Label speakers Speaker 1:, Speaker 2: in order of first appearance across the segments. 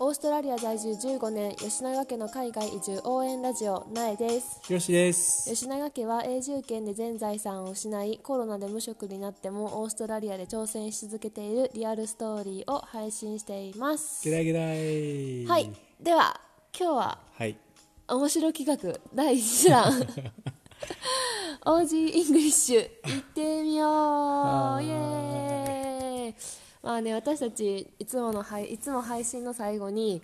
Speaker 1: オーストラリア在住15年吉永家の海外移住応援ラジオ苗です
Speaker 2: よしです。
Speaker 1: 吉永家は永住権で全財産を失いコロナで無職になってもオーストラリアで挑戦し続けているリアルストーリーを配信しています
Speaker 2: ゲラゲラい。
Speaker 1: はい。では今日は
Speaker 2: はい。
Speaker 1: 面白企画第1弾 オージーイングリッシュ行ってみよ
Speaker 2: は
Speaker 1: う
Speaker 2: ー
Speaker 1: イ
Speaker 2: い
Speaker 1: エーイまあね私たちいつもの配いつも配信の最後に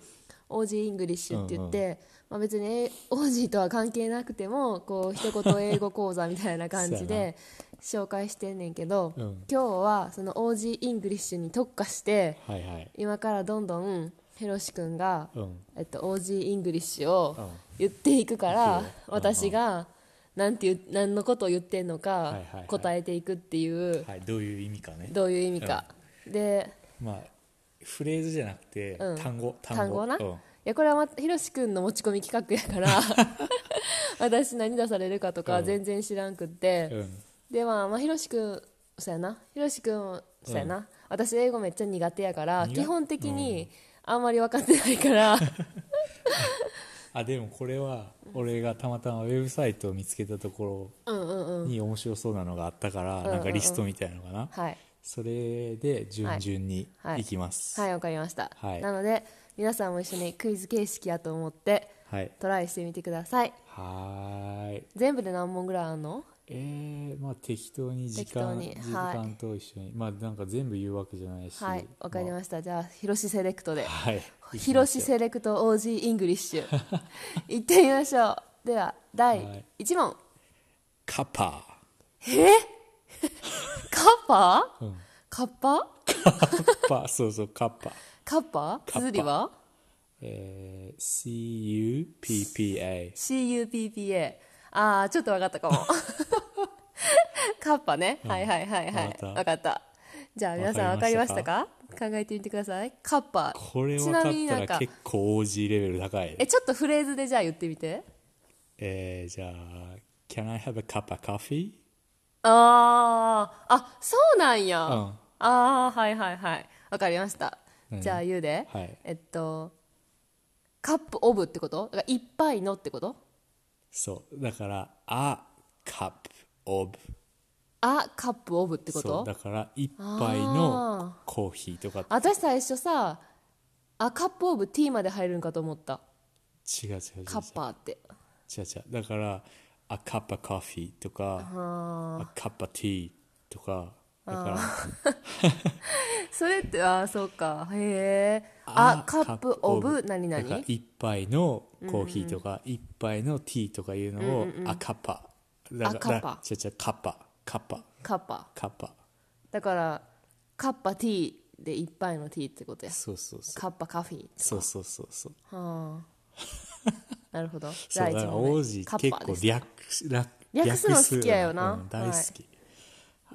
Speaker 1: オージーイングリッシュって言って、まあ、別にえオージーとは関係なくてもこう一言英語講座みたいな感じ
Speaker 2: そうや
Speaker 1: で紹介してんねんけど、
Speaker 2: うん
Speaker 1: 今日はそのオージーイングリッシュに特化して
Speaker 2: はいはい。
Speaker 1: 今からどんどんヘロシ君が
Speaker 2: うん。
Speaker 1: えっと、オージーイングリッシュを
Speaker 2: うん
Speaker 1: 言っていくから、
Speaker 2: いくようん
Speaker 1: 私が何て言う何のことを言ってんの
Speaker 2: い
Speaker 1: か
Speaker 2: はいはい
Speaker 1: 答えていくっていう、
Speaker 2: はい、どういう意味かね。
Speaker 1: どういう意味か、で
Speaker 2: まあ、フレーズじゃなくて、
Speaker 1: うん
Speaker 2: 単語、
Speaker 1: 単語な、
Speaker 2: うん
Speaker 1: いやこれはまひろし君の持ち込み企画やから 私何出されるかとか全然知らんくって、
Speaker 2: うん。
Speaker 1: でまあまあひろし君そうやなひろし君そうやな、私英語めっちゃ苦手やから
Speaker 2: 苦
Speaker 1: 基本的にあんまり分かってないから、
Speaker 2: あ、でもこれは、俺がたまたまウェブサイトを見つけたとこ
Speaker 1: うんうんうん
Speaker 2: ろに面白そうなのがあったから、
Speaker 1: ん
Speaker 2: なんかリストみたいなのかな。
Speaker 1: はい
Speaker 2: それで、順々に
Speaker 1: はい
Speaker 2: いきます。
Speaker 1: はいわかりました、
Speaker 2: はい
Speaker 1: なので皆さんも一緒にクイズ形式やと思って
Speaker 2: はい。
Speaker 1: トライしてみてください
Speaker 2: はーい。
Speaker 1: 全部で何問ぐらいあるの
Speaker 2: えー、まあ適当に時間
Speaker 1: 適当に
Speaker 2: 時
Speaker 1: はい
Speaker 2: 間と一緒に、まあなんか全部言うわけじゃないし
Speaker 1: はいわかり
Speaker 2: ま
Speaker 1: ました、じゃあ広しセレクトで
Speaker 2: あはい
Speaker 1: 広しセレクト OG イングリッシ ュ行ってみましょうでは
Speaker 2: は
Speaker 1: 第
Speaker 2: い
Speaker 1: 1問、
Speaker 2: カッパ
Speaker 1: カッパ、
Speaker 2: うん
Speaker 1: カッパ
Speaker 2: ーカッパ ーそうそうカッパー
Speaker 1: カッパ
Speaker 2: カッパ
Speaker 1: 綴りは
Speaker 2: えー、CUPPA
Speaker 1: CUPPA ああちょっと分かったかも カッパね、はいはいはいは
Speaker 2: わ
Speaker 1: い
Speaker 2: かった
Speaker 1: 分かったじゃあ皆さん分
Speaker 2: わ
Speaker 1: か
Speaker 2: か
Speaker 1: り
Speaker 2: り
Speaker 1: ま
Speaker 2: ま
Speaker 1: し
Speaker 2: したた
Speaker 1: か
Speaker 2: か
Speaker 1: 考えてみてくださいカッパ
Speaker 2: これ
Speaker 1: ち
Speaker 2: 分
Speaker 1: な
Speaker 2: か
Speaker 1: みになん
Speaker 2: った
Speaker 1: から
Speaker 2: 結構 OG レベル高い
Speaker 1: えちょっとフレーズでじゃあ言ってみて
Speaker 2: えー、じゃあ Can I have a cup of coffee?
Speaker 1: あーあそうなんや、
Speaker 2: ん
Speaker 1: ああーはいはいはい分かりました
Speaker 2: うん
Speaker 1: じゃあ言うで、
Speaker 2: はい
Speaker 1: えっとカップオブってことだからいっぱいのってこと
Speaker 2: そうだから A cup of
Speaker 1: あカップオブってこ
Speaker 2: そ
Speaker 1: と
Speaker 2: うだから一杯のコーヒーとか
Speaker 1: 私最初さあカップオブ T まで入るんかと思った
Speaker 2: 違う違う違う違う
Speaker 1: カッパーって
Speaker 2: 違う違うだから「a cup of coffee」とか「a cup of tea」とかだから
Speaker 1: それってああそうかへえあカップオブ何
Speaker 2: だから
Speaker 1: 々
Speaker 2: 一杯のコーヒーとか一杯のティーとかいうのを「a cup」だ
Speaker 1: あカッ
Speaker 2: か
Speaker 1: パ
Speaker 2: ら違う違う「カッパ」「カッパ」
Speaker 1: カッパ
Speaker 2: 「カッパ
Speaker 1: だからカッパ T で一杯の T ってこと」や
Speaker 2: そうそうそう
Speaker 1: カッパカフィ
Speaker 2: そうそうそうそう
Speaker 1: はあなるほどじゃあ
Speaker 2: そうだ
Speaker 1: 一
Speaker 2: から
Speaker 1: 問
Speaker 2: 王
Speaker 1: 目
Speaker 2: 子
Speaker 1: カ
Speaker 2: 結
Speaker 1: ッパ
Speaker 2: 構
Speaker 1: です
Speaker 2: 略す略
Speaker 1: 略すの好きやよな
Speaker 2: うん大好き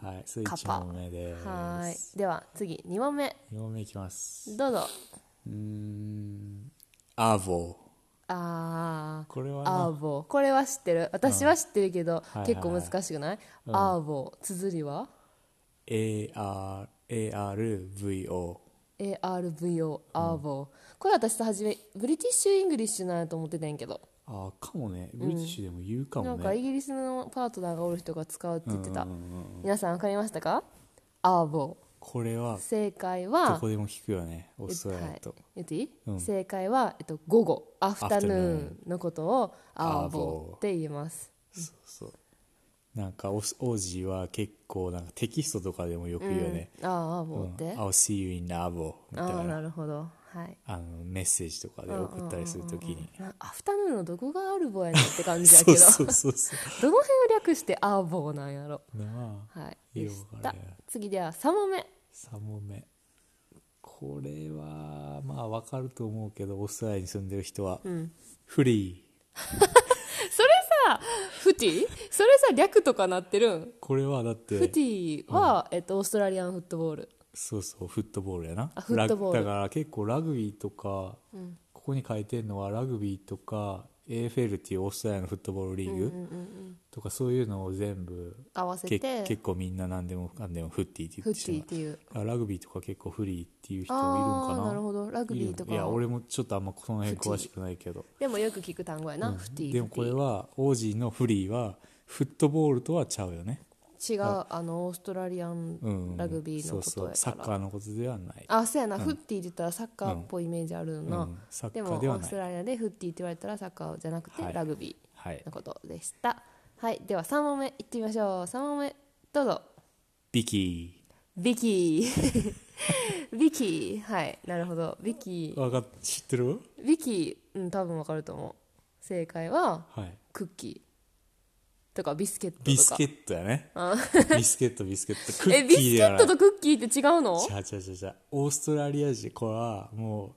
Speaker 2: はいそれ
Speaker 1: カッパ
Speaker 2: 1問目で
Speaker 1: はー
Speaker 2: す
Speaker 1: いでは次2問目
Speaker 2: 2問目いきます
Speaker 1: どうぞ
Speaker 2: うーんアボ
Speaker 1: あー
Speaker 2: これはな
Speaker 1: アーボこれは知ってる私は知ってるけど、
Speaker 2: はい
Speaker 1: 結構難しくない、アーボ綴りは
Speaker 2: AR ARVO
Speaker 1: ARVO アーボ、これ私さ初めブリティッシュ・イングリッシュなんやと思ってたんやけど、
Speaker 2: あーかもねブリティッシュでも言うか
Speaker 1: な
Speaker 2: も
Speaker 1: んかイ
Speaker 2: ね、
Speaker 1: ギリスのパートナーがおる人が使うって言ってた、皆さん分かりましたかアーボ
Speaker 2: これは
Speaker 1: 正解
Speaker 2: ど
Speaker 1: は
Speaker 2: こでも聞くよねオーストラリ
Speaker 1: は
Speaker 2: ア
Speaker 1: い
Speaker 2: と、、
Speaker 1: 言っていい、
Speaker 2: うん
Speaker 1: 正解は、えっと、午後アフタヌー
Speaker 2: afternoon
Speaker 1: ンのことをアーボ
Speaker 2: arvo
Speaker 1: って言います
Speaker 2: そうそうなんかオスオージーは結構なんかテキストとかでもよく言うよね、
Speaker 1: あーアーボ
Speaker 2: うん
Speaker 1: って、あ
Speaker 2: I'll see you in Avo みたい
Speaker 1: あ
Speaker 2: な
Speaker 1: なるほどはい
Speaker 2: あのメッセージとかで送ったりするときに
Speaker 1: なアフタヌーンのどこがアルボやねんって感じやけ
Speaker 2: そ
Speaker 1: ど
Speaker 2: うそうそうそ
Speaker 1: どの辺を略してアーボなんやろ
Speaker 2: う なあ
Speaker 1: はいでし
Speaker 2: ようわ
Speaker 1: た
Speaker 2: かるやん
Speaker 1: 次では3問目
Speaker 2: サモメこれはまあわかると思うけどオーストラリアに住んでる人は、フリ ー
Speaker 1: それさフティそれさ略とかなってるん
Speaker 2: これはだっ
Speaker 1: フ
Speaker 2: て
Speaker 1: ティは、えっと、オーストラリアンフットボール
Speaker 2: そうそうフットボールやな
Speaker 1: あフットボール
Speaker 2: ラグだから結構ラグビーとか、ここに書いてるのはラグビーとか AFL っていうオーストラリアのフットボールリー
Speaker 1: うんうんう
Speaker 2: グ
Speaker 1: ん
Speaker 2: とかそういうのを全部
Speaker 1: 合わせ
Speaker 2: け
Speaker 1: て
Speaker 2: 結構みんな何でもかんでもフッティって
Speaker 1: フ
Speaker 2: 言
Speaker 1: ッ
Speaker 2: ってし
Speaker 1: ティっていう
Speaker 2: まうラグビーとか結構フリーっていう人いるの
Speaker 1: あ
Speaker 2: か
Speaker 1: あー
Speaker 2: な
Speaker 1: なるほどラグビーとか
Speaker 2: いるのいや俺もちょっとあんまこの辺詳しくないけど、
Speaker 1: でもよく聞く単語やな、
Speaker 2: うん
Speaker 1: フティ
Speaker 2: でもこれはオージーのフリーはフットボールとはちゃうよね、
Speaker 1: 違うあのオーストラリア
Speaker 2: うん
Speaker 1: ンラグビーのことやから、
Speaker 2: そうそうサッカーのことではない
Speaker 1: あそうやな、フッティって言ったらサッカーっぽいイメージあるな、
Speaker 2: うんサッカ
Speaker 1: でも
Speaker 2: ー
Speaker 1: オ
Speaker 2: で
Speaker 1: ー
Speaker 2: はな
Speaker 1: ス
Speaker 2: い
Speaker 1: トラリアでフッティって言われたらサッカーじゃなくて
Speaker 2: はい
Speaker 1: ラグビ
Speaker 2: はい
Speaker 1: ーのことでしたはい、では3問目いってみましょう3問目どうぞ
Speaker 2: ビキ
Speaker 1: ビキー ビキーはいなるほどビキ
Speaker 2: ーわかっ知ってる
Speaker 1: ービキーうん多分わかると思う正解は
Speaker 2: はい
Speaker 1: クッキーとかビスケットとか
Speaker 2: ビスケ
Speaker 1: ッ
Speaker 2: ットやねビスケットビスケットク
Speaker 1: え
Speaker 2: ッ
Speaker 1: ビ
Speaker 2: キ
Speaker 1: ス
Speaker 2: ー
Speaker 1: ケ
Speaker 2: では
Speaker 1: ッ
Speaker 2: な
Speaker 1: ト
Speaker 2: い
Speaker 1: とクッキーって違うの
Speaker 2: 違う違う違う違うオーストラリア人これはも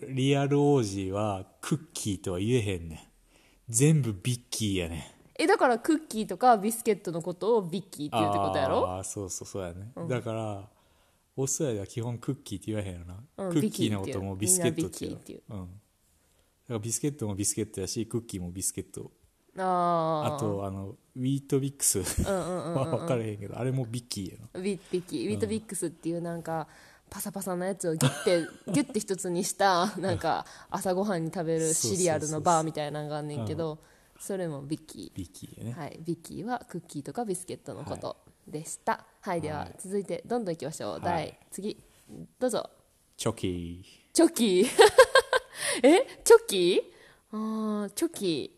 Speaker 2: うリアルオージーはクッキーとは言えへんねん全部ビッキーやねん
Speaker 1: えだからクッキーとかビスケットのことをビッキーって言うってことやろ
Speaker 2: ああそうそうそうやね、だからオーストラリアは基本クッキーって言わへんよな、
Speaker 1: うん
Speaker 2: クッキーのこともビ
Speaker 1: ビ
Speaker 2: ス
Speaker 1: ス
Speaker 2: ケ
Speaker 1: ケ
Speaker 2: ッ
Speaker 1: ッ
Speaker 2: ト
Speaker 1: ト
Speaker 2: っ
Speaker 1: ってて
Speaker 2: 言
Speaker 1: 言
Speaker 2: う
Speaker 1: うみんなビッキーっていう
Speaker 2: うん、だからビスケットもビスケットやしクッキーもビスケット
Speaker 1: あ
Speaker 2: あとあのウィートビックスは分からへんけどあれもビッキーやな
Speaker 1: ウィッビキウィートビックスっていうなんかパサパサなやつをギュ ッてギュッて一つにしたなんか朝ごはんに食べるシリアルのバーみたいなのがあんねんけどそれもビッキ
Speaker 2: ビッキーやね、
Speaker 1: ー、はい、ビッキーはクッキーとかビスケットのことでしたはい、では続いてどんどんいきましょう、
Speaker 2: はい
Speaker 1: 第次どうぞ
Speaker 2: チョキ
Speaker 1: チョキ ーえチョキーあーチョキ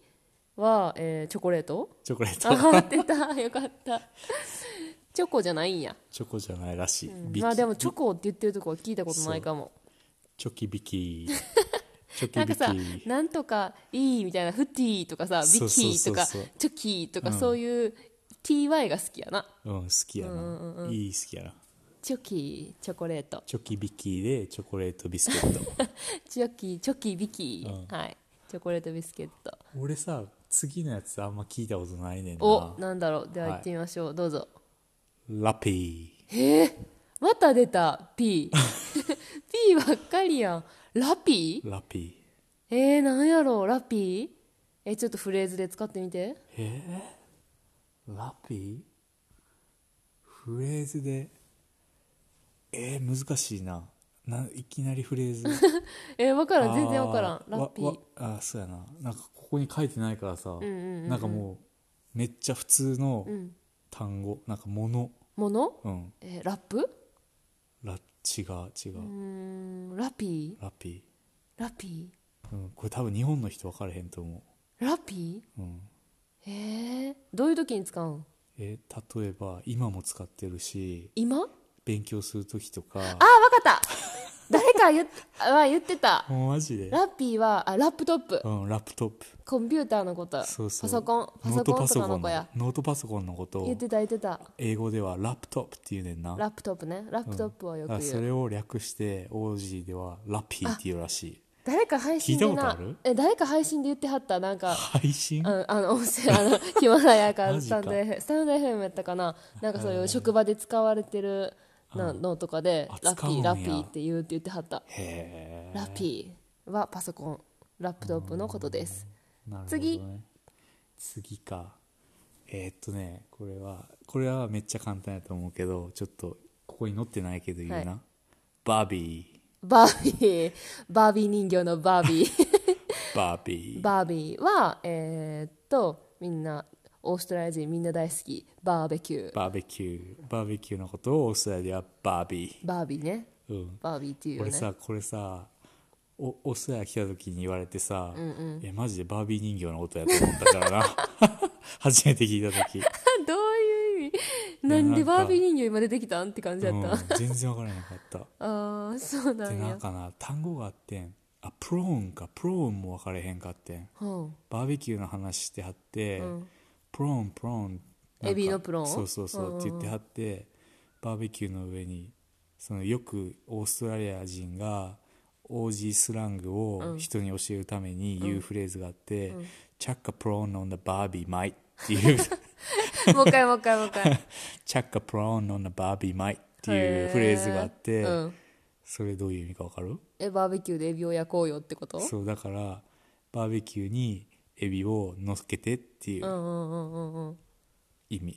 Speaker 1: ーは、えーチョコレー ト
Speaker 2: ーチョコレー
Speaker 1: あ
Speaker 2: ト
Speaker 1: ー出たよかったチョコじゃないんや
Speaker 2: チョコじゃないらしい、ビッキー
Speaker 1: まあでもチョコって言ってるとこは聞いたことないかも
Speaker 2: チョキビキーチョキ
Speaker 1: なんか
Speaker 2: ビキ
Speaker 1: さ
Speaker 2: ー
Speaker 1: なんとかいいみたいなフティーとかさビキ
Speaker 2: そうそう
Speaker 1: ー
Speaker 2: そ
Speaker 1: と
Speaker 2: う
Speaker 1: か
Speaker 2: そう
Speaker 1: チョキーとかそういう TY が好きやな
Speaker 2: うん好きやな、いい好きやな
Speaker 1: チョキーチョコレート
Speaker 2: チョキビキーでチョコレートビスケ ット
Speaker 1: チョキーチョキービキー、はいチョコレートビスケット
Speaker 2: 俺さ次のやつあんま聞いたことないねん
Speaker 1: お
Speaker 2: な
Speaker 1: なんだろうでは
Speaker 2: はい
Speaker 1: 行ってみましょう、どうぞ
Speaker 2: ラピー
Speaker 1: また出た P P ばっかりやんラピー
Speaker 2: ラピ
Speaker 1: えー、なんやろうラピーえちょっとフレーズで使ってみて
Speaker 2: ーラピーフレーズでえー、難しいなないきなりフレーズ
Speaker 1: えー、分からん 全然分からん
Speaker 2: あー
Speaker 1: ラピ
Speaker 2: わ
Speaker 1: ー
Speaker 2: わあーそうやななんかここに書いてないからさ、なんかもうめっちゃ普通の単語、なんかもの
Speaker 1: もの
Speaker 2: うん
Speaker 1: えーラップ
Speaker 2: ラ違う違う、
Speaker 1: うーんラピ
Speaker 2: ラピ
Speaker 1: ーラピ
Speaker 2: ー、うん、これ多分日本の人分からへんと思
Speaker 1: ーラピ
Speaker 2: う、うん
Speaker 1: ーえー、どういう時に使うん
Speaker 2: え例えば今も使ってるし
Speaker 1: 今あー
Speaker 2: 勉強する時とか
Speaker 1: 分かった 誰か言っは言ってた
Speaker 2: もうマジで、
Speaker 1: ラピーはあラップトップ
Speaker 2: うん、ラップトップ
Speaker 1: コンピューターのこと
Speaker 2: そうそう
Speaker 1: パソコンパソコンとかの子や
Speaker 2: ノートパソコンのこと
Speaker 1: 言っ
Speaker 2: を
Speaker 1: てた言ってた
Speaker 2: 英語ではラップトップって言うねんな
Speaker 1: ラップトップねラップトップはよく
Speaker 2: だから
Speaker 1: 言う、
Speaker 2: それを略してオージーではラッピーって言うらしい
Speaker 1: 誰か配信で
Speaker 2: 聞いたこ
Speaker 1: な
Speaker 2: とある
Speaker 1: え誰か配信で言ってはったなんか
Speaker 2: 配信
Speaker 1: うんあの音声あの ヒマラヤか
Speaker 2: マ
Speaker 1: ス
Speaker 2: ジ
Speaker 1: タ
Speaker 2: か
Speaker 1: ンド FM スタンド FM やったかななんかそういう職場で使われてるなのとかで
Speaker 2: あ
Speaker 1: ラ
Speaker 2: 使
Speaker 1: ピ
Speaker 2: うん
Speaker 1: ー
Speaker 2: や
Speaker 1: ラピーって言うって言ってはった
Speaker 2: へ
Speaker 1: ラピーはパソコンラップトップのことです
Speaker 2: えなるほど、ね、
Speaker 1: 次
Speaker 2: 次かえーっとねこれはこれはめっちゃ簡単やと思うけどちょっとここに載ってないけど言うな、
Speaker 1: は
Speaker 2: バービ
Speaker 1: バービーバービー人形のバービー
Speaker 2: ーバービー
Speaker 1: バービーはえーっとみんなオーストラリア人みんな大好きバーベキュー
Speaker 2: バーベキューバーベキューのことをオーストラリアはバービ
Speaker 1: バービーね
Speaker 2: ー、うん、
Speaker 1: バービーっていうよ
Speaker 2: 俺
Speaker 1: ね
Speaker 2: さこれさおオーストラリア来た時に言われてさ、えマジでバービー人形のことやと思ったからな 初めて聞いた 時、
Speaker 1: どういう意味なんでバービー人形今出てきたんって感じだった、
Speaker 2: うん全然分からな かった
Speaker 1: ああそうな
Speaker 2: で
Speaker 1: ん
Speaker 2: な
Speaker 1: や
Speaker 2: んかな単語があってんあプローンかプローンも分かれへんかってん
Speaker 1: うん
Speaker 2: バーベキューの話してはって、プローンプローンなんか
Speaker 1: エビのプローン
Speaker 2: そうそうそうって言ってはってバーベキューの上にそのよくオーストラリア人がオージースラングを人に教えるために言うフレーズがあって「チャッカプローン on the バービーマイ」っていう
Speaker 1: もう一回もう一回もう一回
Speaker 2: 「チャッカプローン on the バービーマイ」っていうフレーズがあって、
Speaker 1: うん
Speaker 2: それどういう意味か分かる
Speaker 1: えバーベキューでエビを焼こうよってこと
Speaker 2: そうだからバーベキューにエビを乗っけてっていううん
Speaker 1: うんうんうんうん
Speaker 2: 意味、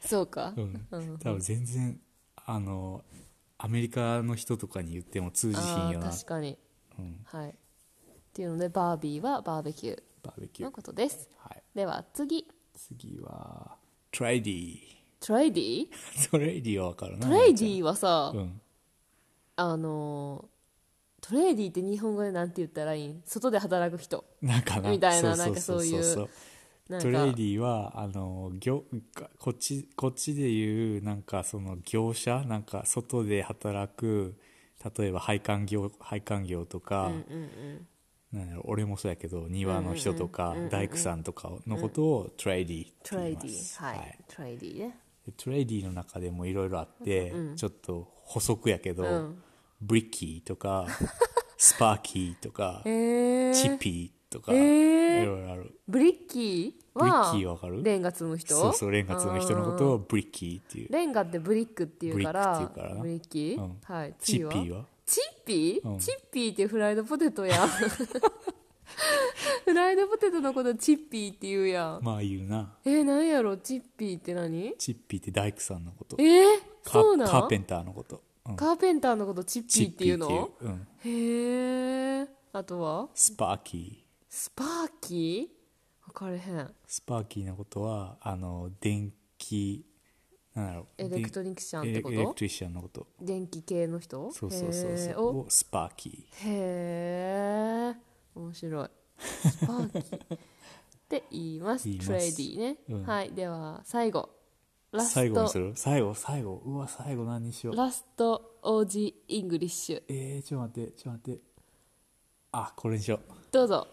Speaker 1: そうか、
Speaker 2: うん
Speaker 1: うん
Speaker 2: 多分全然あのアメリカの人とかに言っても通じひん
Speaker 1: あ
Speaker 2: よ
Speaker 1: あ
Speaker 2: な
Speaker 1: 確かに
Speaker 2: うん、
Speaker 1: はいっていうのでバービーはバーベキュ
Speaker 2: バーベ
Speaker 1: ー
Speaker 2: キュ
Speaker 1: の
Speaker 2: ー、
Speaker 1: ことです
Speaker 2: はい、
Speaker 1: では次
Speaker 2: 次はトレイディ
Speaker 1: トレイディ
Speaker 2: ートレイディーは分かるな
Speaker 1: トレイデ
Speaker 2: ちゃん
Speaker 1: ィはさ、
Speaker 2: うん、
Speaker 1: あのートレイディって日本語でなんて言ったらいいん外で働く人
Speaker 2: なんかな
Speaker 1: みたいな
Speaker 2: うう
Speaker 1: なんかそういう
Speaker 2: そう
Speaker 1: なんか
Speaker 2: トレーディはあの業こっちこっちでいうなんかその業者なんか外で働く例えば配管業配管業とか、
Speaker 1: うんうん
Speaker 2: なんやろ俺もそうやけど庭の人とか、大工さんとかのことをトレーディーって
Speaker 1: トレ
Speaker 2: 言
Speaker 1: イ
Speaker 2: い
Speaker 1: デ
Speaker 2: ます
Speaker 1: ィはい、トレイディね
Speaker 2: でトレーディーの中でもいろいろあって、ちょっと補足やけど、
Speaker 1: ん
Speaker 2: ブリッキー とかスパーキーとか、
Speaker 1: え
Speaker 2: チッピーとか、
Speaker 1: えー
Speaker 2: いろいろある
Speaker 1: ブリッキー
Speaker 2: ブ
Speaker 1: は
Speaker 2: リッキーわかる
Speaker 1: レンガ積む人
Speaker 2: そうそうレンガ積む人のことをブリッキーっていう
Speaker 1: レンガってブリックっていうから
Speaker 2: ブリックっていうからな
Speaker 1: ブリッキー、
Speaker 2: うん
Speaker 1: はい
Speaker 2: チ
Speaker 1: 次
Speaker 2: ッピーは
Speaker 1: チッピー、
Speaker 2: うん
Speaker 1: チッピーってフライドポテト やんフライドポテトのことチッピーって言うやん、
Speaker 2: まあ言うな
Speaker 1: えー、何やろチッピーって何
Speaker 2: チッピーって大工さんのこと
Speaker 1: えー、
Speaker 2: カ
Speaker 1: そうなん
Speaker 2: カーペンターのこと、うん
Speaker 1: カーペンターのことチッピーっていう
Speaker 2: チッ
Speaker 1: の
Speaker 2: ピーっていうう
Speaker 1: へ
Speaker 2: ん、
Speaker 1: えあとは
Speaker 2: スパーキー
Speaker 1: スパーキー分かれへん
Speaker 2: スパーキーのことはあの電気なんだろう
Speaker 1: エレクトリクシャンってこ
Speaker 2: エレエレク
Speaker 1: と
Speaker 2: トリシャンのこと
Speaker 1: 電気系の人
Speaker 2: そうそうそう
Speaker 1: へ
Speaker 2: そ
Speaker 1: ー
Speaker 2: う
Speaker 1: お
Speaker 2: をスパーキ
Speaker 1: へえ面白いスパーキーって言います
Speaker 2: 言います
Speaker 1: トレイディね、
Speaker 2: うん
Speaker 1: はいでは最後
Speaker 2: ー
Speaker 1: ラス
Speaker 2: 最後にす
Speaker 1: ト
Speaker 2: る最後最後うわ最後何にしよう
Speaker 1: ラスト OG イングリッシュ
Speaker 2: えー、ちょっと待ってちょっと待ってあこれにしよう
Speaker 1: どうぞ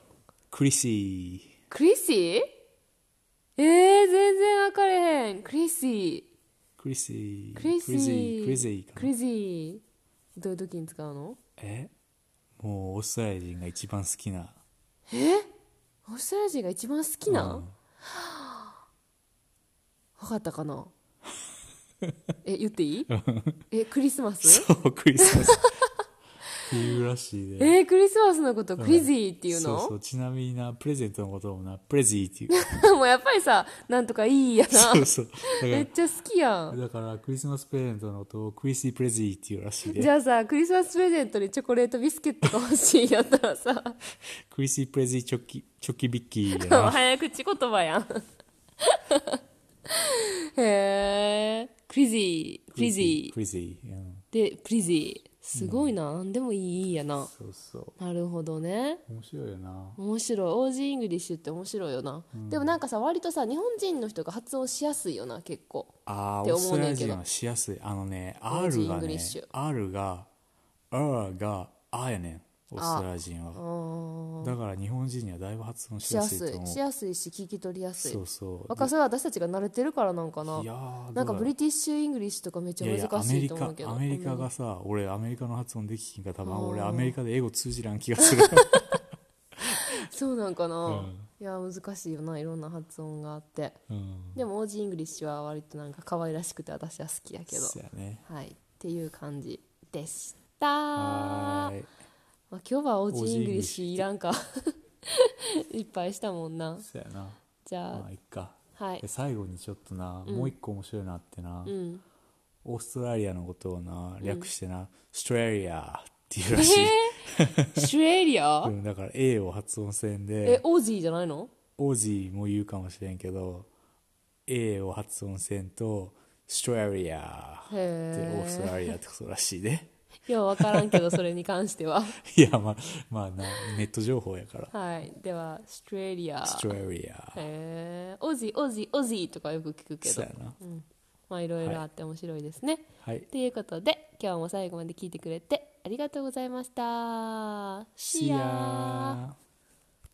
Speaker 2: クリシ
Speaker 1: クリシーえー、全然分かれへんクリシ
Speaker 2: ークリシー
Speaker 1: ークリシー
Speaker 2: クリシーかな
Speaker 1: クリシーどういう時に使うの
Speaker 2: えもうオーストラリア人が一番好きな
Speaker 1: オーストラリア人が一番好きな、
Speaker 2: うん
Speaker 1: 分かったか なえ言っていいえクリスマス
Speaker 2: そうクリスマス言うらしいで
Speaker 1: えー、クリスマスのことクリジーっていうの、
Speaker 2: そうそうちなみになプレゼントのこともなプレゼーっ ていう
Speaker 1: もうやっぱりさなんとかいいやな
Speaker 2: そうそう
Speaker 1: め
Speaker 2: だ
Speaker 1: っ
Speaker 2: か
Speaker 1: ちゃ好きや
Speaker 2: ら
Speaker 1: ん
Speaker 2: だからクリスマスプレゼントのことをクリシープレゼーっていうらしい
Speaker 1: じ
Speaker 2: で
Speaker 1: ゃあさクリスマスプレゼントにチョコレートビスケットが欲しいやったらさ
Speaker 2: クリシープレゼーチョキチョキビッキー や
Speaker 1: もう
Speaker 2: な
Speaker 1: 早口言葉 やんへえクリジークリジ
Speaker 2: クリシー、うん、
Speaker 1: ーでプリジーすごいな、なんでもいいやな
Speaker 2: そうそ
Speaker 1: なるほどね
Speaker 2: う面白いよな
Speaker 1: 面白いオージーイングリッシュって面白いよな、でもなんかさ割とさ日本人の人が発音しやすいよな結構
Speaker 2: あ
Speaker 1: って
Speaker 2: ーオース
Speaker 1: 思う
Speaker 2: ト
Speaker 1: ね
Speaker 2: ラ
Speaker 1: ん
Speaker 2: リ
Speaker 1: け
Speaker 2: ア
Speaker 1: ど
Speaker 2: 人はしやすいあのね
Speaker 1: ージ
Speaker 2: R
Speaker 1: イン
Speaker 2: が
Speaker 1: グリッ
Speaker 2: ね
Speaker 1: シュ
Speaker 2: R が R があやねんオーストラリア人
Speaker 1: あ
Speaker 2: は
Speaker 1: ー
Speaker 2: だから日本人にはだいぶ発音し
Speaker 1: し
Speaker 2: や
Speaker 1: や
Speaker 2: すい
Speaker 1: す
Speaker 2: と思
Speaker 1: いうしやすいし聞き取りやすい
Speaker 2: そうそう
Speaker 1: わかるそれは私たちが慣れてるからなんかない
Speaker 2: やー
Speaker 1: なん
Speaker 2: どうだ
Speaker 1: か
Speaker 2: ろう
Speaker 1: ブリティッシュ・イングリッシュとかめっちゃ
Speaker 2: いやいや
Speaker 1: 難
Speaker 2: アメ
Speaker 1: しい
Speaker 2: リ
Speaker 1: と思う
Speaker 2: カ
Speaker 1: けど
Speaker 2: アメリカ
Speaker 1: うん
Speaker 2: がさ俺アメリカの発音できひんから多
Speaker 1: あー
Speaker 2: 分俺アメリカで英語通じらん気が する
Speaker 1: そうなんかな、
Speaker 2: うん
Speaker 1: いや難しいよないろんな発音があって
Speaker 2: うん
Speaker 1: でもオージーイングリッシュは割となんか可愛らしくて私は好きやけど
Speaker 2: そうやね
Speaker 1: はいっていう感じでしたま
Speaker 2: は
Speaker 1: あ、
Speaker 2: ーい
Speaker 1: 今日はオージーイングリッシュいらんかいっぱいしたもんな
Speaker 2: そうやな
Speaker 1: じゃあ
Speaker 2: まあいっか
Speaker 1: はい
Speaker 2: で最後にちょっとなもう一個面白いなってな
Speaker 1: うん
Speaker 2: オーストラリアのことをな略してなストラリアっていうらしい
Speaker 1: えー、 シュエリア、
Speaker 2: うんだから A を発音せん
Speaker 1: え
Speaker 2: で
Speaker 1: オージーじゃないの
Speaker 2: オージーも言うかもしれんけど A を発音せんとストラリアってオ
Speaker 1: へー
Speaker 2: ーストラリアってことらしいね
Speaker 1: いや分からんけどそれに関しては
Speaker 2: いやまあまあなネット情報やから
Speaker 1: はいではストレリア
Speaker 2: ストラリア
Speaker 1: へえオジオジオジとかよく聞くけ
Speaker 2: そ
Speaker 1: ど
Speaker 2: うやな
Speaker 1: まあいろいろあって面白いですね、
Speaker 2: はい
Speaker 1: ということで今日も最後まで聞いてくれてありがとうございました See
Speaker 2: See
Speaker 1: ya!
Speaker 2: ya